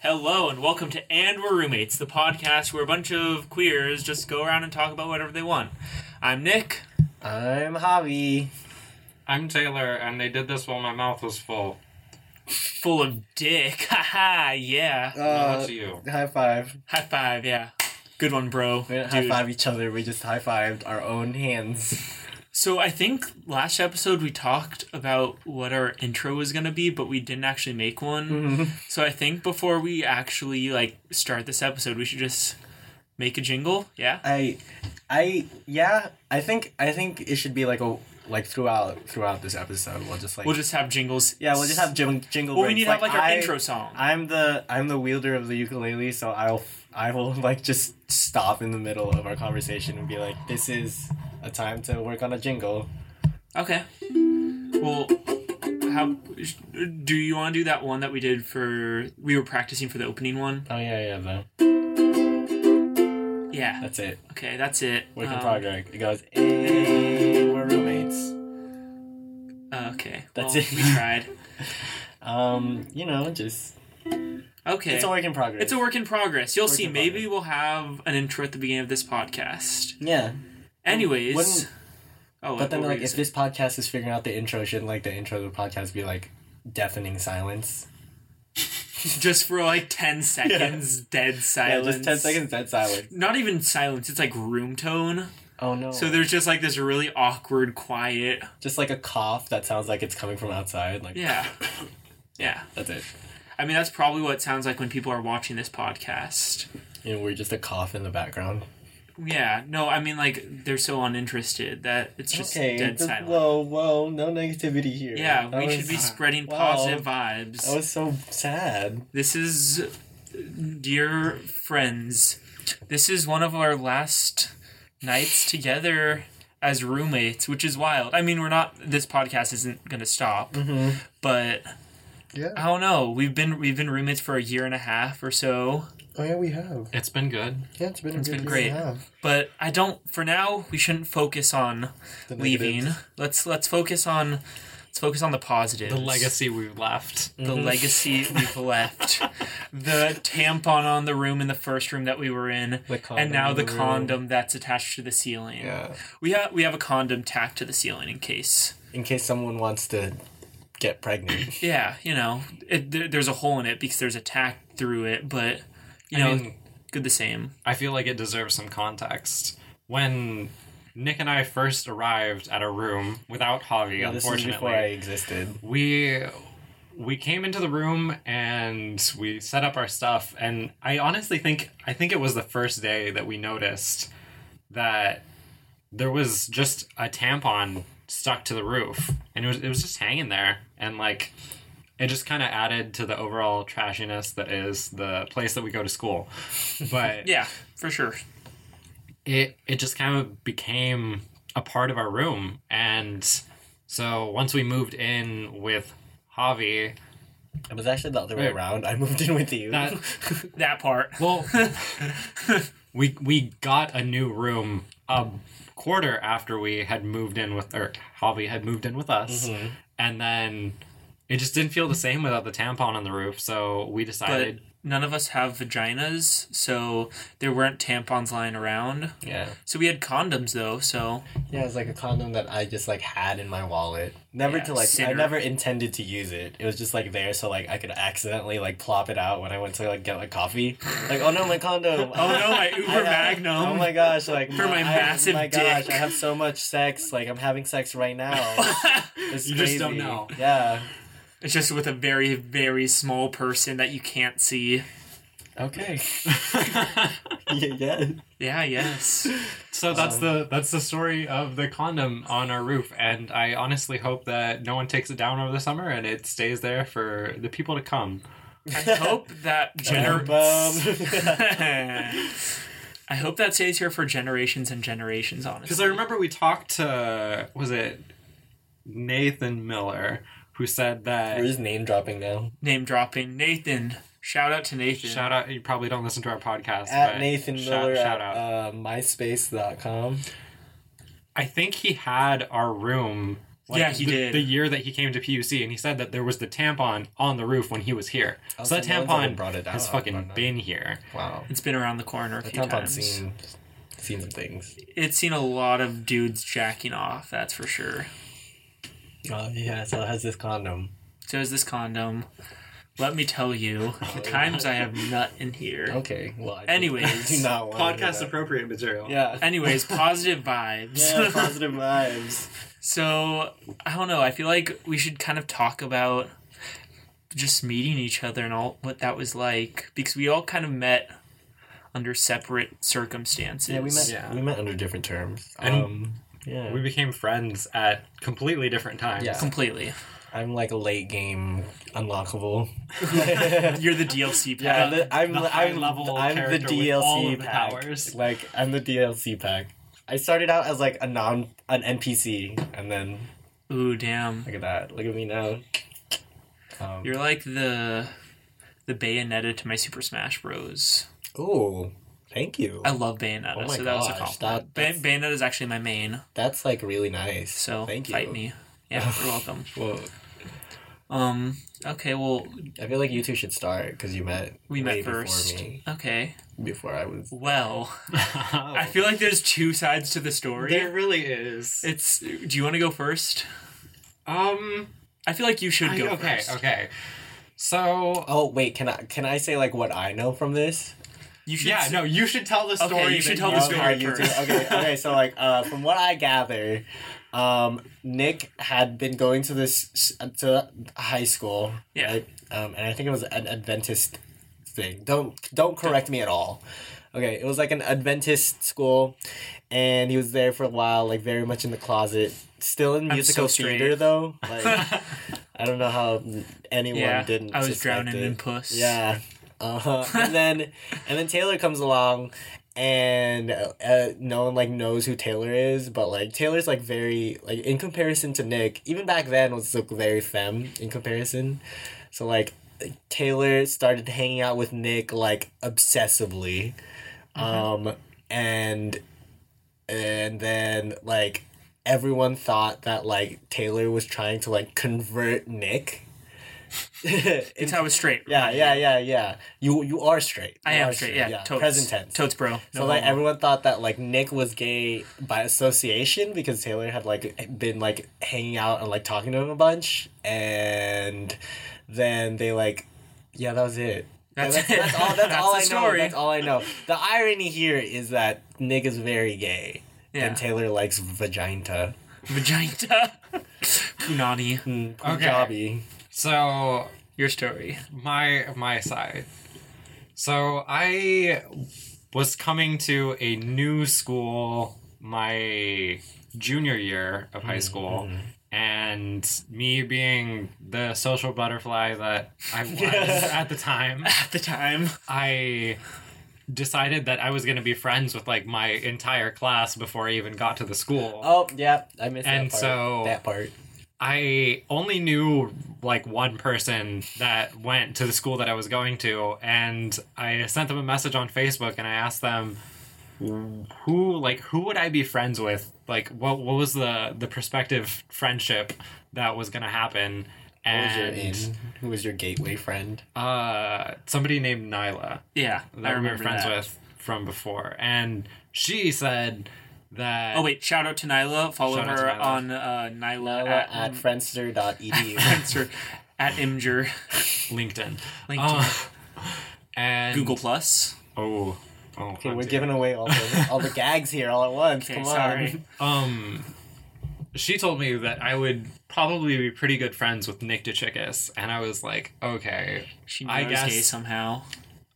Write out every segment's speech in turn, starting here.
Hello and welcome to And We're Roommates, the podcast where a bunch of queers just go around and talk about whatever they want. I'm Nick. I'm Javi. I'm Taylor, and they did this while my mouth was full. Full of dick. Haha, yeah. Well, Uh, that's you. high five. High five, yeah. Good one, bro. We didn't high Dude. five each other. We just high fived our own hands. So I think last episode we talked about what our intro was gonna be, but we didn't actually make one. Mm-hmm. So I think before we actually like start this episode, we should just make a jingle. Yeah. I, I yeah. I think I think it should be like a like throughout throughout this episode. We'll just like We'll just have jingles. yeah. We'll just have jing- jingle. Well, we breaks. need to have like our I, intro song. I'm the I'm the wielder of the ukulele, so I'll I will like just stop in the middle of our conversation and be like, this is a time to work on a jingle. Okay. Well, how do you want to do that one that we did for? We were practicing for the opening one. Oh yeah, yeah. Though Yeah. that's it. Okay, that's it. Work in Um, progress. It goes. Hey, we're roommates. Okay. That's well, it. We tried. Um, you know, just Okay. it's a work in progress. It's a work in progress. You'll Work see. in Maybe we'll have an intro at the beginning of this podcast. Yeah, Anyways. Um, Wouldn't- oh, what but then were like you if saying? this podcast is figuring out the intro, shouldn't like the intro of the podcast be like deafening silence? just for like ten seconds, dead Yeah, silence. just ten seconds dead silence. Not even silence. It's like room tone. Oh no! So there's just like this really awkward, quiet. just like a cough that sounds like it's coming from outside. Like Yeah. Yeah. that's it. I mean, that's probably what it sounds like when people are watching this podcast. And we're just a cough in the background. Yeah, no, I mean, like, they're so uninterested that it's just dead th- silent. Whoa, whoa! No negativity here. yeah, That we was- should be spreading wow, positive vibes. That was so sad. This is, dear friends, this is one of our last nights together as roommates, which is wild. I mean, we're not, this podcast isn't going to stop, but. Mm-hmm. Yeah. I don't know. We've been we've been roommates for a year and a half or so. Oh yeah, we have. It's been good. Yeah, it's been It's good been year and a great. half. but I don't for now we shouldn't focus on leaving. Let's let's focus on let's focus on the positives. The legacy we left. The legacy we've left. The tampon on the room in the first room that we were in. The and condom now in the the room. condom that's attached to the ceiling. Yeah. We have we have a condom tacked to the ceiling in case. in case someone wants to get pregnant. Yeah, you know, it, there, there's a hole in it because there's a tack through it, but you I know, mean, good the same. I feel like it deserves some context. When Nick and I first arrived at our room without Javi, this is before I unfortunately, existed. we we came into the room and we set up our stuff. And I honestly think I think it was the first day that we noticed that there was just a tampon stuck to the roof, and it was it was just hanging there, and like it just kind of added to the overall trashiness that is the place that we go to school. But Yeah, for sure. it it just kind of became a part of our room, and so once we moved in with Javi, It was actually the other way around. I moved in with you. that That part. well, we we got a new room a quarter after we had moved in with or Javi had moved in with us, and then it just didn't feel the same without the tampon on the roof. So we but decided. none of us have vaginas, so there weren't tampons lying around. yeah. So we had condoms though, so Yeah, it was like a condom that I just like had in my wallet. Never Yeah, to like I sinner. never intended to use it. It was just like there so like I could accidentally like plop it out when I went to like get like coffee. Like, oh no, my condom. Oh no, my Uber I have- Magnum. Oh my gosh, like For my I- massive my gosh, dick. I have so much sex. Like I'm having sex right now. It's You just don't crazy. know. Yeah. it's just with a very, very small person that you can't see. Okay. yeah, yeah. Yeah, yes. So that's the that's the story of the condom on our roof, and I honestly hope that no one takes it down over the summer and it stays there for the people to come. I hope that gener- I hope that stays here for generations and generations, Because honestly. I remember we talked to was it Nathan Miller who said that. We're just name dropping now. Name dropping. Nathan. Shout out to Nathan. Shout out! You probably don't listen to our podcast. At but Nathan shout, Miller Shout at out! uh, myspace.com. I think he had our room Yeah, he the, did. The year that he came to PUC, and he said that there was the tampon on the roof when he was here. Oh, so that so no one's ever tampon brought it has out, fucking but uh, no. been here. Wow. It's been around the corner a The few tampon's times. seen, seen some things. It's seen a lot of dudes jacking off, that's for sure. Oh, yeah, so it has this condom. So is this condom. Let me tell you, the times I have nut in here. Okay, well, I do- Anyways, do not want Podcast appropriate material. Yeah. Anyways, positive vibes. yeah, positive vibes. So I don't know. I feel like we should kind of talk about just meeting each other and all what that was like because we all kind of met under separate circumstances. Yeah, we met. Yeah. We met under different terms. And- um, yeah, We became friends at completely different times. Yeah. completely. I'm like a late game unlockable. You're the DLC I'm pack. the, I'm, the the, high I'm, level I'm the character with DLC all of the pack. powers. Like I'm the DLC pack. I started out as like a non an NPC, and then Ooh, damn! look at that. Look at me now. Um, You're like the the Bayonetta to my Super Smash Bros. ooh, thank you. I love Bayonetta, Oh my so that was a gosh, compliment. that- Bay- that's- Bayonetta is actually my main, That's like really nice. so thank you. fight me. Yeah, you're welcome. Well, Um. Okay. Well, I feel like you two should start because you met. we way met before first. me, Okay. before I was. Well. I feel like there's two sides to the story. Oh. there really is. It's. Do you want to go first? Um. I feel like you should I- go okay. first. Okay. So Oh wait, can I can I say like what I know from this? You should. yeah, s- no, you should tell the Okay, story. you should that tell the Oh, story how you first. do- Okay, okay. So like, uh, from what I gather, um, Nick had been going to this to high school. Yeah. right? Um, and I think it was an Adventist thing. Don't don't correct me at all. Okay, it was like an Adventist school, and he was there for a while, like very much in the closet. Still in I'm musical so theater straight. though. Like, I don't know how anyone Yeah, didn't. I was suspect drowning it. in puss. Yeah. Uh-huh. and then and then Taylor comes along and uh, no one like knows who Taylor is, but like Taylor's like very like in comparison to Nick, even back then was like very femme in comparison. So like Taylor started hanging out with Nick like obsessively. Um and and then like everyone thought that like Taylor was trying to like convert Nick. It's how I was straight. Yeah, yeah, yeah, yeah. You you are straight. I You am are straight. Yeah. Totes. Present tense. Totes, bro. No so like homo. everyone thought that like Nick was gay by association because Taylor had like been like hanging out and like talking to him a bunch, and then they like, yeah, that was it. That's that's, it. that's all. That's, That's all the I story. know. That's all I know. The irony here is that Nick is very gay, Yeah. and Taylor likes vagina. Mm, Vagina. Punani. Punjabi. so Your story. my my side. So I was coming to a new school my junior year of high school. And me being the social butterfly that I was at the time, At the time. I decided that I was going to be friends with like my entire class before I even got to the school. Oh yeah, I missed And that part. so- that part. I only knew like one person that went to the school that I was going to, and I sent them a message on Facebook and I asked them who like who would I be friends with? Like what what was the the prospective friendship that was gonna happen? Who was your And in? Who was your gateway friend? uh somebody named Nyla Yeah. I that we were remember friends that. with from before. And she said that Oh wait! Shout out to Nyla. Follow Shout out to her Nyla. on uh, Nyla at, E at at friendster.edu. Friendster, at Imgur, LinkedIn. LinkedIn, Uh, and Google Plus. Oh, oh okay, hot we're damn. giving away all the, all the gags here all at once. Okay, Come on. sorry. Um, she told me that I would probably be pretty good friends with Nick DeChickas, and I was like, okay, She knew I I, was guess- gay somehow.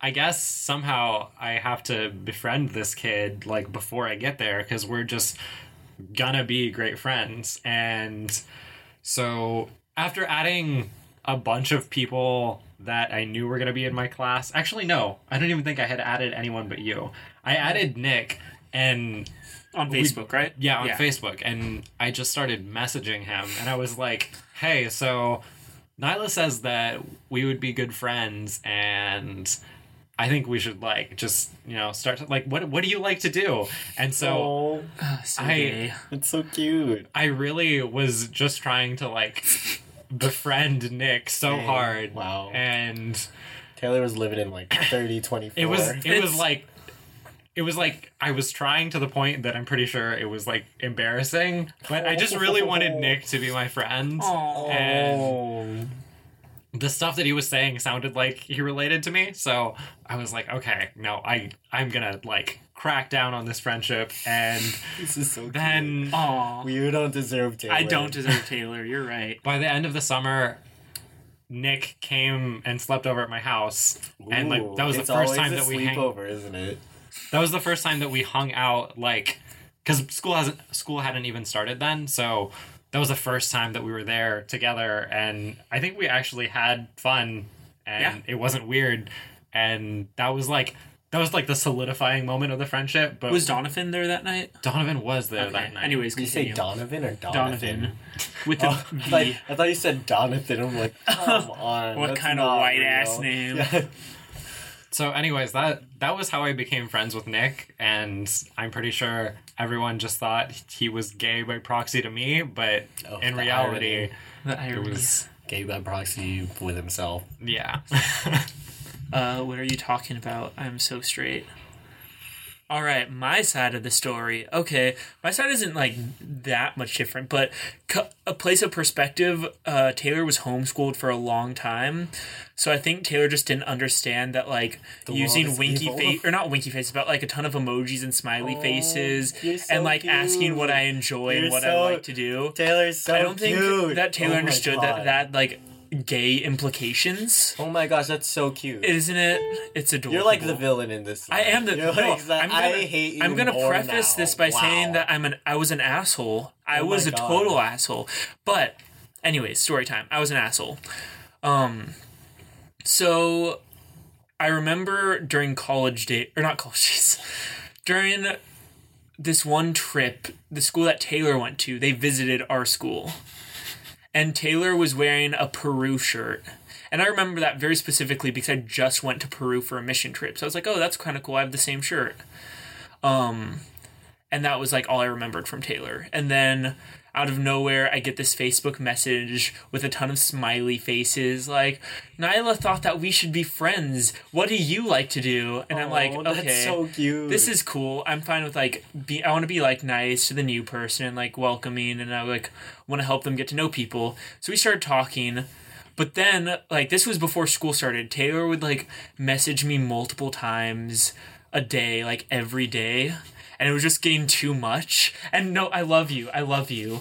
I guess somehow I have to befriend this kid like before I get there because we're just gonna be great friends. And so after adding a bunch of people that I knew were gonna be in my class, actually no, I don't even think I had added anyone but you. I added Nick and on Facebook, right? Yeah, on Facebook. And I just started messaging him and I was like, hey, so Nyla says that we would be good friends and I think we should like just you know start to, like what what do you like to do? And so So Ugh, Oh, so I- gay. it's so cute. I really was just trying to like befriend Nick so Dang, hard. wow. And Taylor was living in like 30, 24. it was it It's- was like it was like I was trying to the point that I'm pretty sure it was like embarrassing, but I just really wanted Nick to be my friend. Oh. Aw. and- The stuff that he was saying sounded like he related to me, so I was like, okay, no, I I'm gonna like crack down on this friendship, and this is so cute. then Aw. you don't deserve Taylor. I don't deserve Taylor. You're right. by the end of the summer. Nick came and slept over at my house, and like that was Ooh, the it's first always time a that we hang, sleepover, isn't it? That was the first time that we hung out like cuz school hasn't school hadn't even started then. So that was the first time that we were there together and I think we actually had fun and it wasn't weird and that was like that was like the solidifying moment of the friendship, but Was Donovan there that night? Donovan was there Okay. that night. Anyways, Did you say continue. Donovan or Donovan? Donovan. With the Oh, I, V. thought, I thought you said Donovan. I'm like, come on. What that's kind of not white real. ass name? Yeah. So anyways, that that was how I became friends with Nick and I'm pretty sure everyone just thought he was gay by proxy to me, but Oh, in the reality irony. The it irony. was Gay by proxy with himself. yeah. Uh, what are you talking about? I'm so straight. All right, my side of the story. Okay, my side isn't like that much different, but cu- a place of perspective. Uh, Taylor was homeschooled for a long time, so I think Taylor just didn't understand that like The world using is winky evil. face or not winky faces, but like a ton of emojis and smiley Oh, faces, you're so and like asking what cute. I enjoy and You're what so I like to do. Taylor's so I don't think cute. that Taylor Oh my understood God. that that like gay implications. Oh my gosh, that's so cute. Isn't it? It's adorable. You're like the villain in this. I am the. You're no, like the- I'm gonna, I hate you. I'm gonna more preface now. this by Wow. saying that I'm an. I was an asshole. I Oh my was a God. total asshole. But, anyways, story time. I was an asshole. Um, so I remember during college day or not college days, during this one trip, the school that Taylor went to, they visited our school, and Taylor was wearing a Peru shirt. And I remember that very specifically because I just went to Peru for a mission trip. So I was like, oh, that's kind of cool. I have the same shirt. Um, and that was like all I remembered from Taylor. And then out of nowhere, I get this Facebook message with a ton of smiley faces like, Nyla thought that we should be friends. What do you like to do? And I'm like, Oh, okay. that's so cute. This is cool. I'm fine with like be. I want to be like nice to the new person and like welcoming, and I like want to help them get to know people. So we started talking, but then like this was before school started. Taylor would like message me multiple times a day, like every day, and it was just getting too much. And no, I love you. I love you.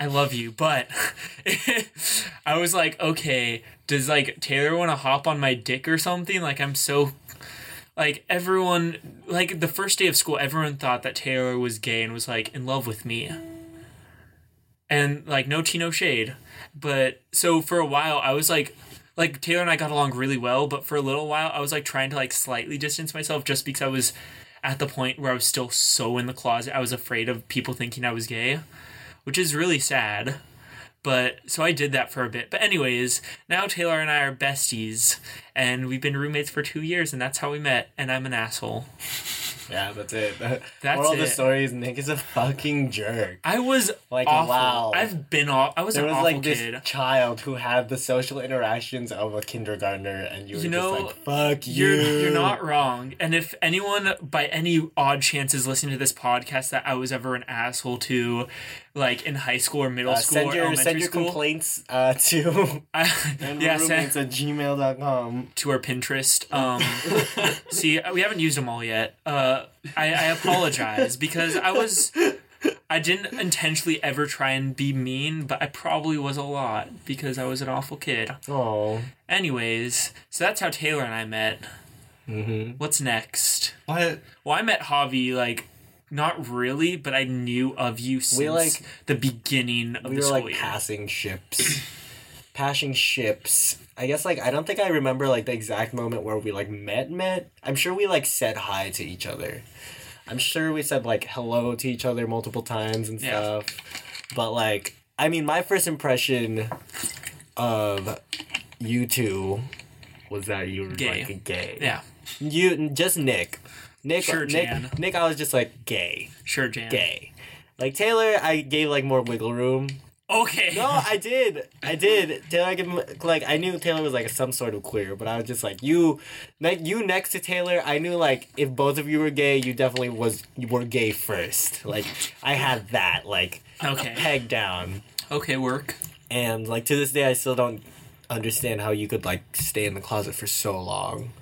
I love you, but I was like, okay, does like Taylor want to hop on my dick or something? Like I'm so like everyone like the first day of school everyone thought that taylor was gay and was like in love with me and like no tea no shade but so for a while i was like like taylor and i got along really well but for a little while i was like trying to like slightly distance myself just because i was at the point where i was still so in the closet i was afraid of people thinking i was gay which is really sad but so I did that for a bit. But anyways, now Taylor and I are besties, and we've been roommates for two years, and that's how we met. And I'm an asshole. Yeah, that's it. That's Moral of the it. story is Nick is a fucking jerk. I was Like, awful. wow. I've been off. I was There an was awful like this kid. child who had the social interactions of a kindergartner, and you were You know, just like, "Fuck you." You're you're not wrong. And if anyone by any odd chance is listening to this podcast that I was ever an asshole to, like in high school or middle Uh, school send or your elementary send your school, complaints uh, to I, yeah, send roommates at gmail.com. to our Pinterest. Um, see, we haven't used them all yet. Uh, I, I apologize because I was. I didn't intentionally ever try and be mean, but I probably was a lot because I was an awful kid. Oh, Anyways, so that's how Taylor and I met. mm-hmm. What's next? What Well, I met Javi like not really, but I knew of you since like- the beginning of the we were school like year. passing ships. Passing ships. I guess like I don't think I remember like the exact moment where we like met met. I'm sure we like said hi to each other. I'm sure we said like hello to each other multiple times and Yeah. stuff. But like I mean my first impression of you two was that you were Gay. like gay. Yeah, You just Nick. Nick Sure, Nick Jan. Nick I was just like gay. sure, Jan. Gay. Like Taylor I gave like more wiggle room. Okay. No, I did. I did. Taylor I gave him like I knew Taylor was like some sort of queer, but I was just like you like you next to Taylor, I knew like if both of you were gay, you definitely was you were gay first. Like I had that like Okay. pegged down. Okay, work. And like to this day I still don't understand how you could like stay in the closet for so long.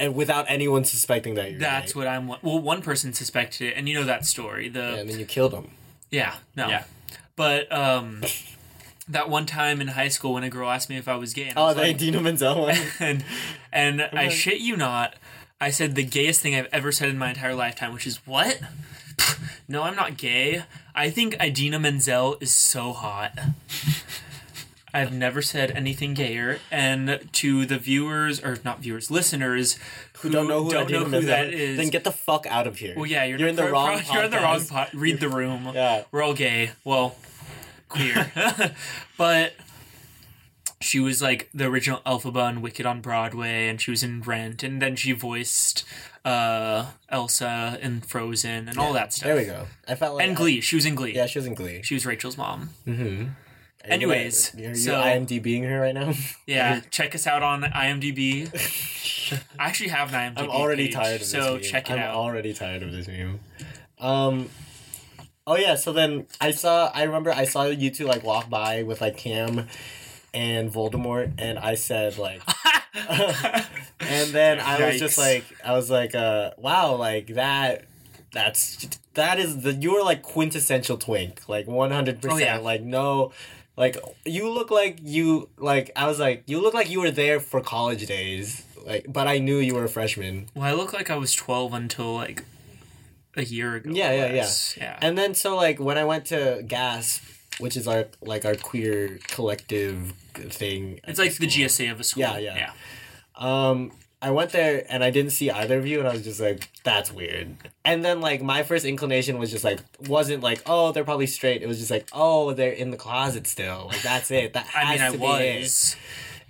And without anyone suspecting that you're That's gay. what I'm. Well, one person suspected it, and you know that story. The Yeah, and then you killed him. Yeah, no. Yeah. But um that one time in high school when a girl asked me if I was gay and I Oh, was the like, Idina Menzel one. and and I like- shit you not, I said the gayest thing I've ever said in my entire lifetime, which is what? no, I'm not gay. I think Idina Menzel is so hot. I've never said anything gayer, and to the viewers or not viewers, listeners Who don't know who don't Idina know who Menzel that is? is. Then get the fuck out of here. Well, Oh, yeah, you're, in the pro- wrong. pro- You're in the wrong podcast. pot. Read the room. Yeah. we're all gay. Well, queer. but she was like the original Elphaba and Wicked on Broadway, and she was in Rent, and then she voiced uh, Elsa in Frozen and all that stuff. There we go. I felt like And Glee. She was in Glee. yeah, she was in Glee. She was Rachel's mom. Are you Anyways, gonna, are you so- IMDbing her right now? Yeah, check us out on IMDb. I actually have an IMDb. I'm already page, tired of this. So meme. check it I'm out. already tired of this meme. Um. Oh yeah, so then I saw. I remember I saw you two like walk by with like Cam, and Voldemort, and I said like. and then I was just Yikes. like, I was like, uh, wow, like that, that's that is the you are like quintessential twink, like one hundred Oh, yeah. percent, like no, like you look like you like I was like you look like you were there for college days, like but I knew you were a freshman. well, I look like I was twelve until like a year ago. Yeah, yeah, yeah. yeah. Yeah. And then so like when I went to Gasp, which is our like our queer collective thing, It's like the GSA of a school. Yeah, yeah. Um, I went there and I didn't see either of you, and I was just like, "That's weird." And then like my first inclination was just like, wasn't like, "Oh, they're probably straight." It was just like, "Oh, they're in the closet still." Like that's it. That I has mean, I to be it. was.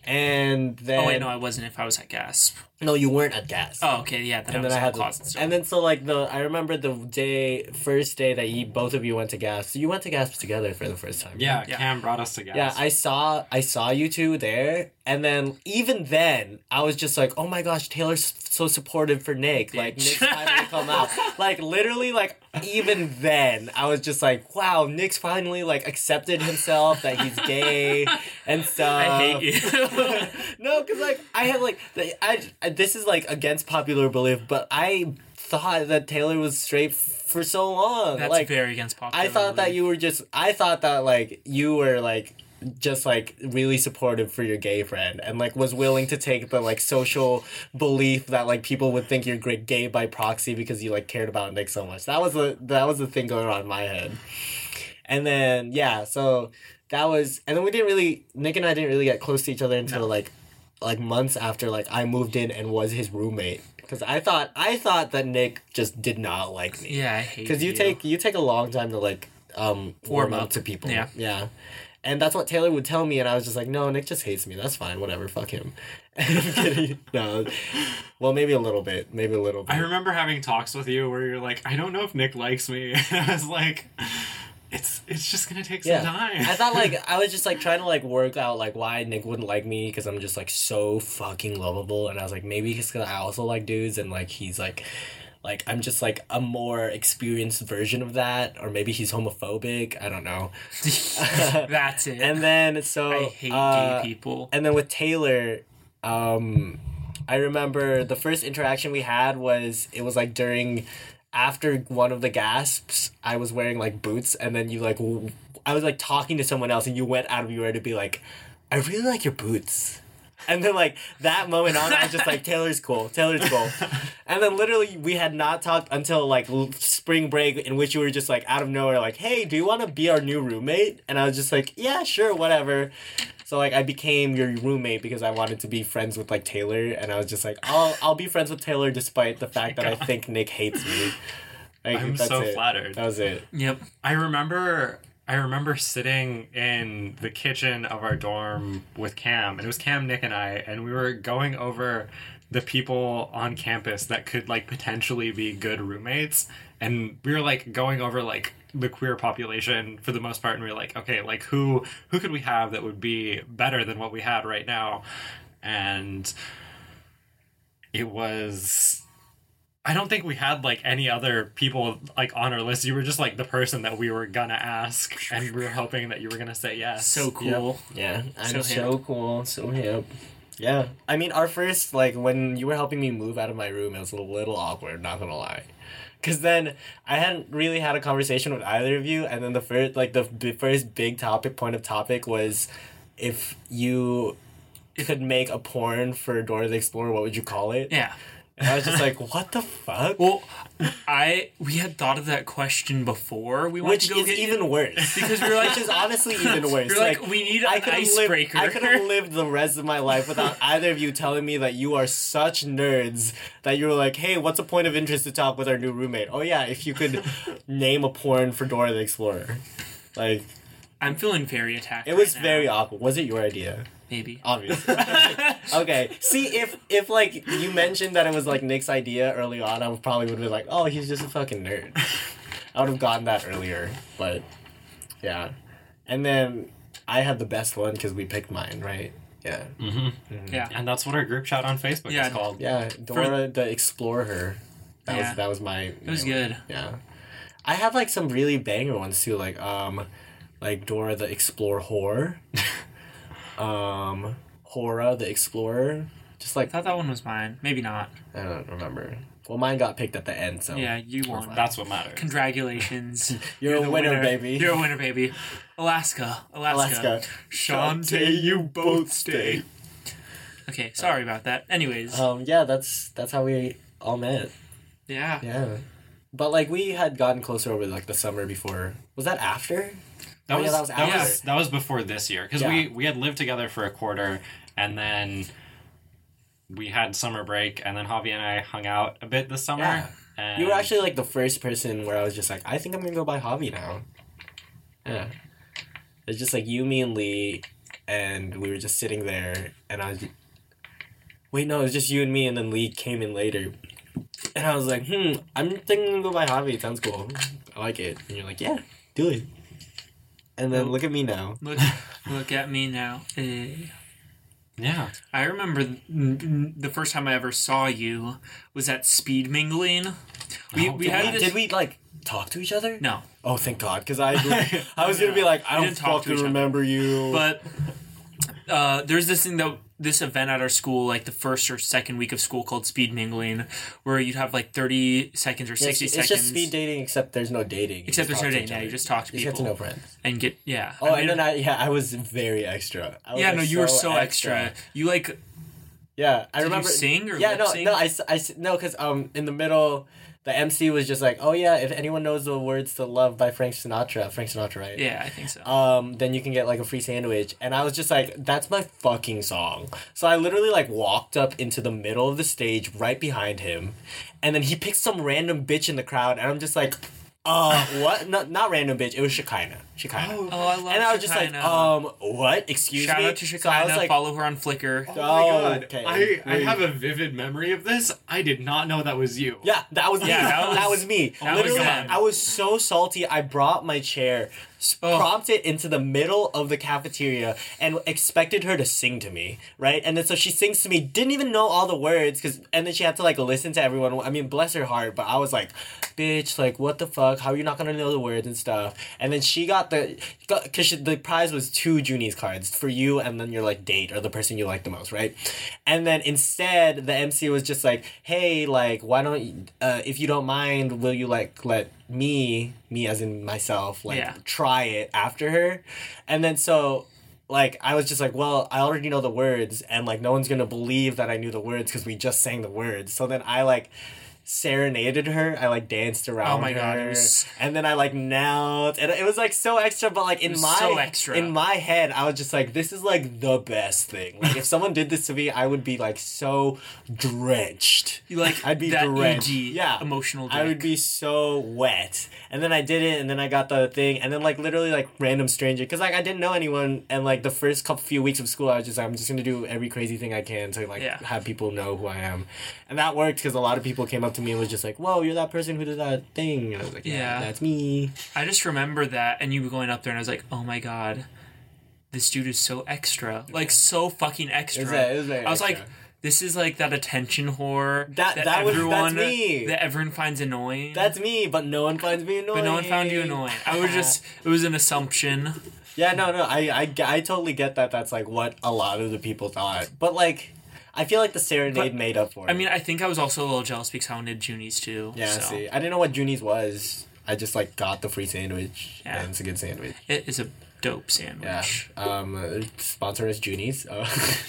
And then Oh wait, no, I wasn't. If I was at Gasp. no, you weren't at gas. Oh, okay, yeah. Then I And was then I in had the the, closet. still. and then so like the I remember the day first day that you both of you went to gas. So you went to gas together for the first time. right? Yeah, Yeah. Cam brought us together. Yeah, I saw I saw you two there, and then even then, I was just like, oh my gosh, Taylor's so supportive for Nick. Like Bitch. Nick's finally come out. Like literally, like even then, I was just like, wow, Nick's finally like accepted himself that he's gay and stuff. I hate you. no, because like I had like the, I, I- this is like against popular belief, but I thought that Taylor was straight f- for so long. That's like very against popular. I thought that belief. you were just. I thought that like you were like just like really supportive for your gay friend and like was willing to take the like social belief that like people would think you're great gay by proxy because you like cared about Nick so much. That was the that was the thing going on in my head. And then yeah, so that was and then we didn't really Nick and I didn't really get close to each other until like like months after like I moved in and was his roommate because I thought I thought that Nick just did not like me Yeah, I hate. because you take you take a long time to like um warm, Warm up. up. to people Yeah. yeah and that's what taylor would tell me and i was just like no nick just hates me that's fine whatever fuck him i'm kidding no well maybe a little bit maybe a little bit I remember having talks with you where you're like, I don't know if Nick likes me. And I was like, it's it's just gonna take some yeah time. i thought like i was just like trying to like work out like why nick wouldn't like me because i'm just like so fucking lovable and i was like maybe it's because i also like dudes and like he's like like i'm just like a more experienced version of that or maybe he's homophobic i don't know That's it. and then so I hate uh, gay people. and then with Taylor, um, I remember the first interaction we had was it was like during after one of the gasps, I was wearing like boots, and then you like w- I was like talking to someone else, and you went out of your way to be like, I really like your boots. And then like that moment on, I was just like, Taylor's cool, Taylor's cool. And then literally we had not talked until like l- spring break, in which you were just like out of nowhere, like, hey, do you want to be our new roommate? And I was just like, yeah, sure, whatever. So like I became your roommate because I wanted to be friends with like Taylor, and I was just like, I'll I'll be friends with Taylor despite the fact that I think Nick hates me. Like, I'm so it. flattered. That was it. Yep. I remember I remember sitting in the kitchen of our dorm with Cam, and it was Cam, Nick, and I, and we were going over the people on campus that could like potentially be good roommates, and we were like going over like the queer population for the most part, and we were like, okay, like who who could we have that would be better than what we had right now, and it was I don't think we had like any other people like on our list. You were just like the person that we were gonna ask, and we were hoping that you were gonna say yes. So cool. Yeah, So I'm so, hip. cool, so hip. Yeah, I mean, our first like when you were helping me move out of my room, it was a little awkward. Not gonna lie, because then I hadn't really had a conversation with either of you, and then the first like the, the first big topic point of topic was if you could make a porn for Dora the Explorer, what would you call it? Yeah. And I was just like, what the fuck? Well, I we had thought of that question before we wanted Which to go is get even worse. because we were like Which is honestly even worse. You're like, we need an could've lived- icebreaker. I could have lived the rest of my life without either of you telling me that you are such nerds that you were like, hey, what's a point of interest to talk with our new roommate? Oh, yeah, if you could name a porn for Dora the Explorer. Like, I'm feeling very attacked. it was right now, very awkward. Was it your idea? maybe. Obviously. okay. See, if, if like, you mentioned that it was, like, Nick's idea early on, I would probably would have been like, oh, he's just a fucking nerd. I would have gotten that earlier, but yeah. And then I had the best one because we picked mine, right? Yeah. yeah. And that's what our group chat on Facebook Yeah. is called. Yeah, Dora the Explorer. That Yeah. was that was my. It It was good. Yeah, I have like some really banger ones too, like um, like Dora the Explore Whore, um, Hora the Explorer. Just like I thought that one was mine. Maybe not. I don't remember. Well, mine got picked at the end, so Yeah, you won. That's what matters. Congratulations. You're a the winner, baby. You're a winner, baby. Alaska. Alaska. Alaska. Shantae, you both stay. Okay, sorry about that. Anyways, Um, yeah, that's that's how we all met. yeah. Yeah. But like we had gotten closer over like the summer before. Was that after? That Oh, yeah, was that was that after. was that was before this year because we Yeah. we had lived together for a quarter, and then we had summer break, and then Javi and I hung out a bit this summer. Yeah. And You were actually like the first person where I was just like, I think I'm gonna go buy hobby now. Yeah. It's just like you, me, and Lee, and we were just sitting there, and I was. Wait, no, it was just you and me, and then Lee came in later, and I was like, hmm, I'm thinking I'm gonna go buy hobby. It sounds cool. I like it, and you're like, yeah, do it. And then look at me now. Look, look at me now. Eh. yeah I remember th- n- n- the first time I ever saw you was at speed mingling. We, Oh, we Did had we, this. did we like talk to each other? No, Oh, thank God, because I, I was gonna be like, I We don't didn't talk to each fucking other. remember you. but uh, there's this thing that this event at our school, like the first or second week of school, called speed mingling, where you'd have like 30 seconds or 60 it's, seconds. It's just speed dating, except there's no dating. You Except just there's no talk to dating. each Yeah, other. you just talk to You just people get to know friends. and get yeah. Oh, and then I yeah, I was very extra. I was, yeah, like, no, you were so extra. You like Yeah, I you remember. sing or yeah, no, lip-sync? no, I, s- I s- no, because um, in the middle, the MC was just like, oh yeah, if anyone knows the words to "Love" by Frank Sinatra, Frank Sinatra, right? yeah, I think so. um, then you can get like a free sandwich. And I was just like, that's my fucking song. So I literally like walked up into the middle of the stage right behind him. And then he picked some random bitch in the crowd. And I'm just like, uh, what? No, not random bitch. It was Shekinah. Shekinah. oh, I love. and I was just like, Shekinah. um, what? Excuse shout me? out to So I Shekinah. was like, follow her on Flickr. Oh my Oh, God. okay. I- I have a vivid memory of this. I did not know that was you. Yeah, that was me. Yeah, that that, was- was, me. that was Literally, them. I was so salty. I brought my chair, s- Oh. propped it into the middle of the cafeteria, and expected her to sing to me, right? And then so she sings to me, didn't even know all the words, cause, and then she had to like listen to everyone. I mean, bless her heart, but I was like, bitch, like, what the fuck? How are you not gonna know the words and stuff? And then she got the, got, because the prize was two Junies cards for you and then your like date or the person you like the most, right? And then instead, the MC was just like, hey, like, why don't, you, uh, if you don't mind, will you like let me, me as in myself, like Yeah. try it after her? And then so like I was just like, well, I already know the words, and like no one's gonna believe that I knew the words because we just sang the words. So then I like serenaded her. I like danced around. Oh my God, it her, was- And then I like knelt, and it was like so extra. But like in was my so extra. in my head, I was just like, this is like the best thing. Like if someone did this to me, I would be like so drenched. You like I'd be that drenched. ED Yeah. emotional I would drink. be so wet. And then I did it, and then I got the thing, and then like literally like random stranger, because like I didn't know anyone, and like the first couple few weeks of school, I was just like, I'm just gonna do every crazy thing I can to like Yeah. have people know who I am, and that worked because a lot of people came up to me and was just like, "Whoa, you're that person who did that thing," and I was like, "Yeah, Yeah. that's me." I just remember that and you were going up there and I was like, "Oh my god. This dude is so extra. Like so fucking extra." It was, it was very I was like, extra. this is like that attention whore That- that was- that's me. that everyone finds annoying. "That's me," but no one finds me annoying. but no one found you annoying. I was just it was an assumption. Yeah, no, no, I, I, I totally get that. That's like what a lot of the people thought, but like, I feel like the serenade But- made up for it. I mean, I think I was also a little jealous because I wanted Junies too. Yeah, so. see, I didn't know what Junie's was. I just like got the free sandwich. Yeah. Yeah, it's a good sandwich. It is a dope Yeah. sandwich. Um, uh, sponsor is Junie's. Uh,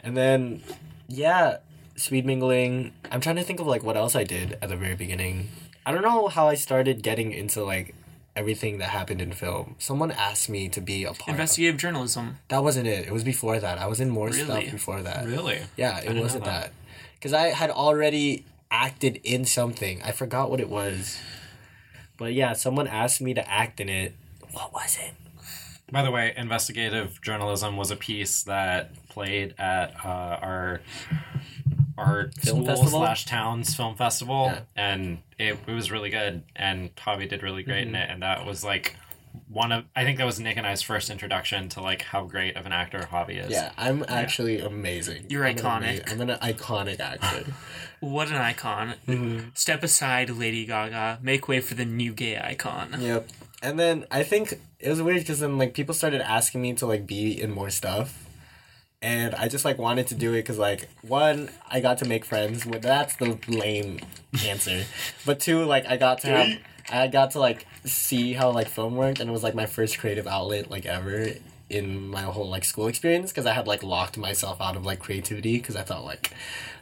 and then, yeah, speed mingling. I'm trying to think of like what else I did at the very beginning. I don't know how I started getting into like everything that happened in film. Someone asked me to be a part. of- Investigative journalism. that wasn't it. It was before that. I was in more Really? stuff before that. Really? Yeah, it know wasn't that. that. Because I had already acted in something. I forgot what it was. But yeah, someone asked me to act in it. What was it? By the way, investigative journalism was a piece that played at uh, our our Film school festival? slash town's film festival, Yeah. and it, it was really good. And Tavi did really great Mm-hmm. in it, and that was like one of I think that was Nick and I's first introduction to like how great of an actor Hobby is. Yeah, I'm actually amazing. You're I'm an ama- iconic. I'm an iconic actor. What an icon. Mm-hmm. Step aside, Lady Gaga. Make way for the new gay icon. yep. And then I think it was weird because then like people started asking me to like be in more stuff. And I just like wanted to do it because like one, I got to make friends. With, that's the lame answer, but two, like I got to have, I got to like see how like film worked, and it was like my first creative outlet like ever in my whole like school experience because I had like locked myself out of like creativity because I thought like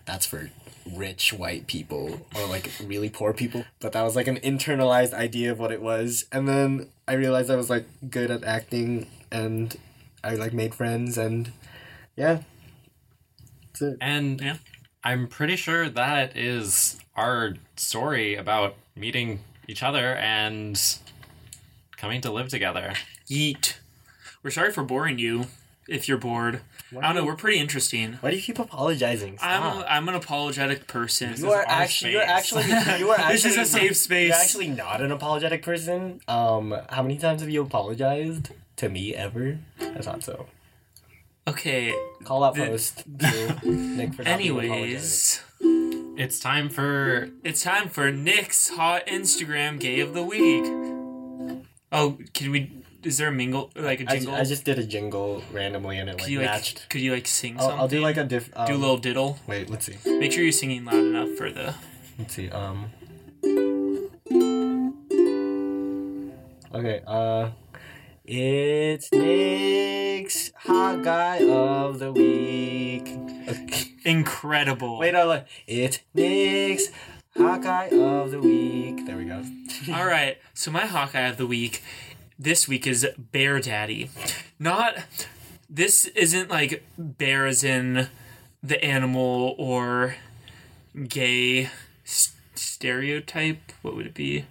that's for rich white people or like really poor people, but that was like an internalized idea of what it was, and then I realized I was like good at acting and. I like made friends and yeah. That's it. And Yeah. I'm pretty sure that is our story about meeting each other and coming to live together. Yeet. We're sorry for boring you if you're bored. I don't know, we're pretty interesting. Why do you keep apologizing? I'm, Stop. I'm an apologetic person. you is are our actually you're actually space. you are actually This is a safe space. You're actually not an apologetic person. Um how many times have you apologized to me ever? I thought so. Okay, Call out The- post to Nick for not being apologetic. anyways, It's time for it's time for Nick's Hot Instagram Gay of the Week. Oh, can we. Is there a mingle? Like a I, ju- jingle? I just did a jingle randomly and it like could, you, like, matched. could you, like, sing I'll, something? I'll do like a diff. Um, Do a little diddle. Wait, let's see. Make sure you're singing loud enough for the. Let's see. Um. Okay. Uh, it's Nick's hot guy of the week. Okay. Incredible. Wait, no, look. It's Nick's hot guy of the week. There we go. All right, so my Hawkeye of the week this week is Bear Daddy. Not this isn't like bear as in the animal or gay s- stereotype. What would it be?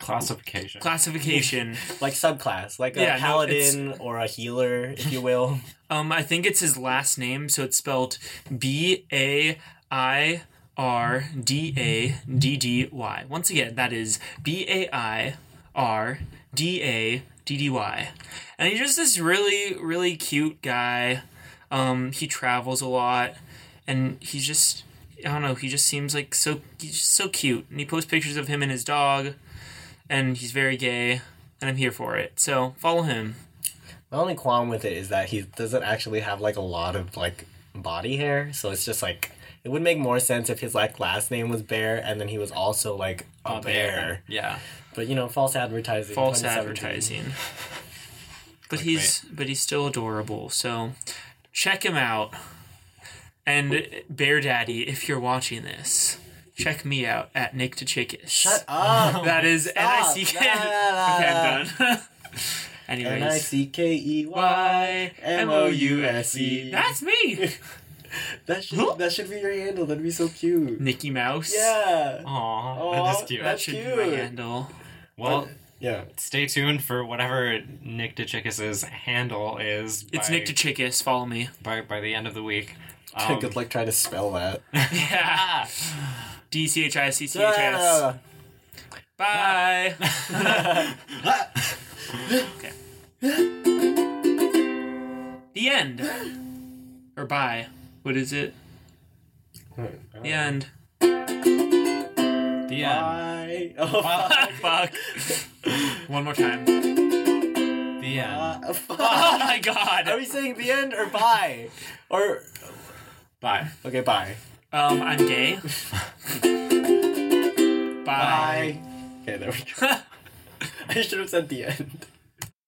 classification. Classification. Like subclass, like a Yeah, no, paladin or a healer, if you will. Um, I think it's his last name, so it's spelled B A I R D A D D Y. Once again, that is B A I R D A D D Y. And he's just this really, really cute guy. Um, he travels a lot, and he's just. I don't know. He just seems like so. He's just so cute, and he posts pictures of him and his dog, and he's very gay, and I'm here for it. So follow him. My only qualm with it is that he doesn't actually have like a lot of like body hair, so it's just like it would make more sense if his like last name was Bear and then he was also like a, A bear. Yeah. But you know, false advertising. false 2017. advertising. But he's but he's still adorable. So check him out. And Bear Daddy, if you're watching this, check me out at Nick DeChickis. Shut up. That is N I C K. Okay, La, la, la, I'm done. N I Anyways, C K E Y E. Y M O U S E. That's me. That should that should be your handle. That'd be so cute. Mickey Mouse. Yeah. Aw, Aw, that is cute. That that's- should be my cute. handle. Well, Yeah. stay tuned for whatever Nick DeChickas' handle is. By, It's Nick DeChickus. Follow me. by, by the end of the week. Um, Good luck trying to spell that. Yeah. D C H I C C H S. Ah. Bye. okay. The end. Or bye. What is it? The end. The end. Bye. Oh, Bye. Fuck. One more time. The Oh fuck. end. Uh, Fuck. my god. Are we saying the end or bye? Or Bye. okay, bye. Um, I'm gay. Bye. Okay, there we go. I should have said the end.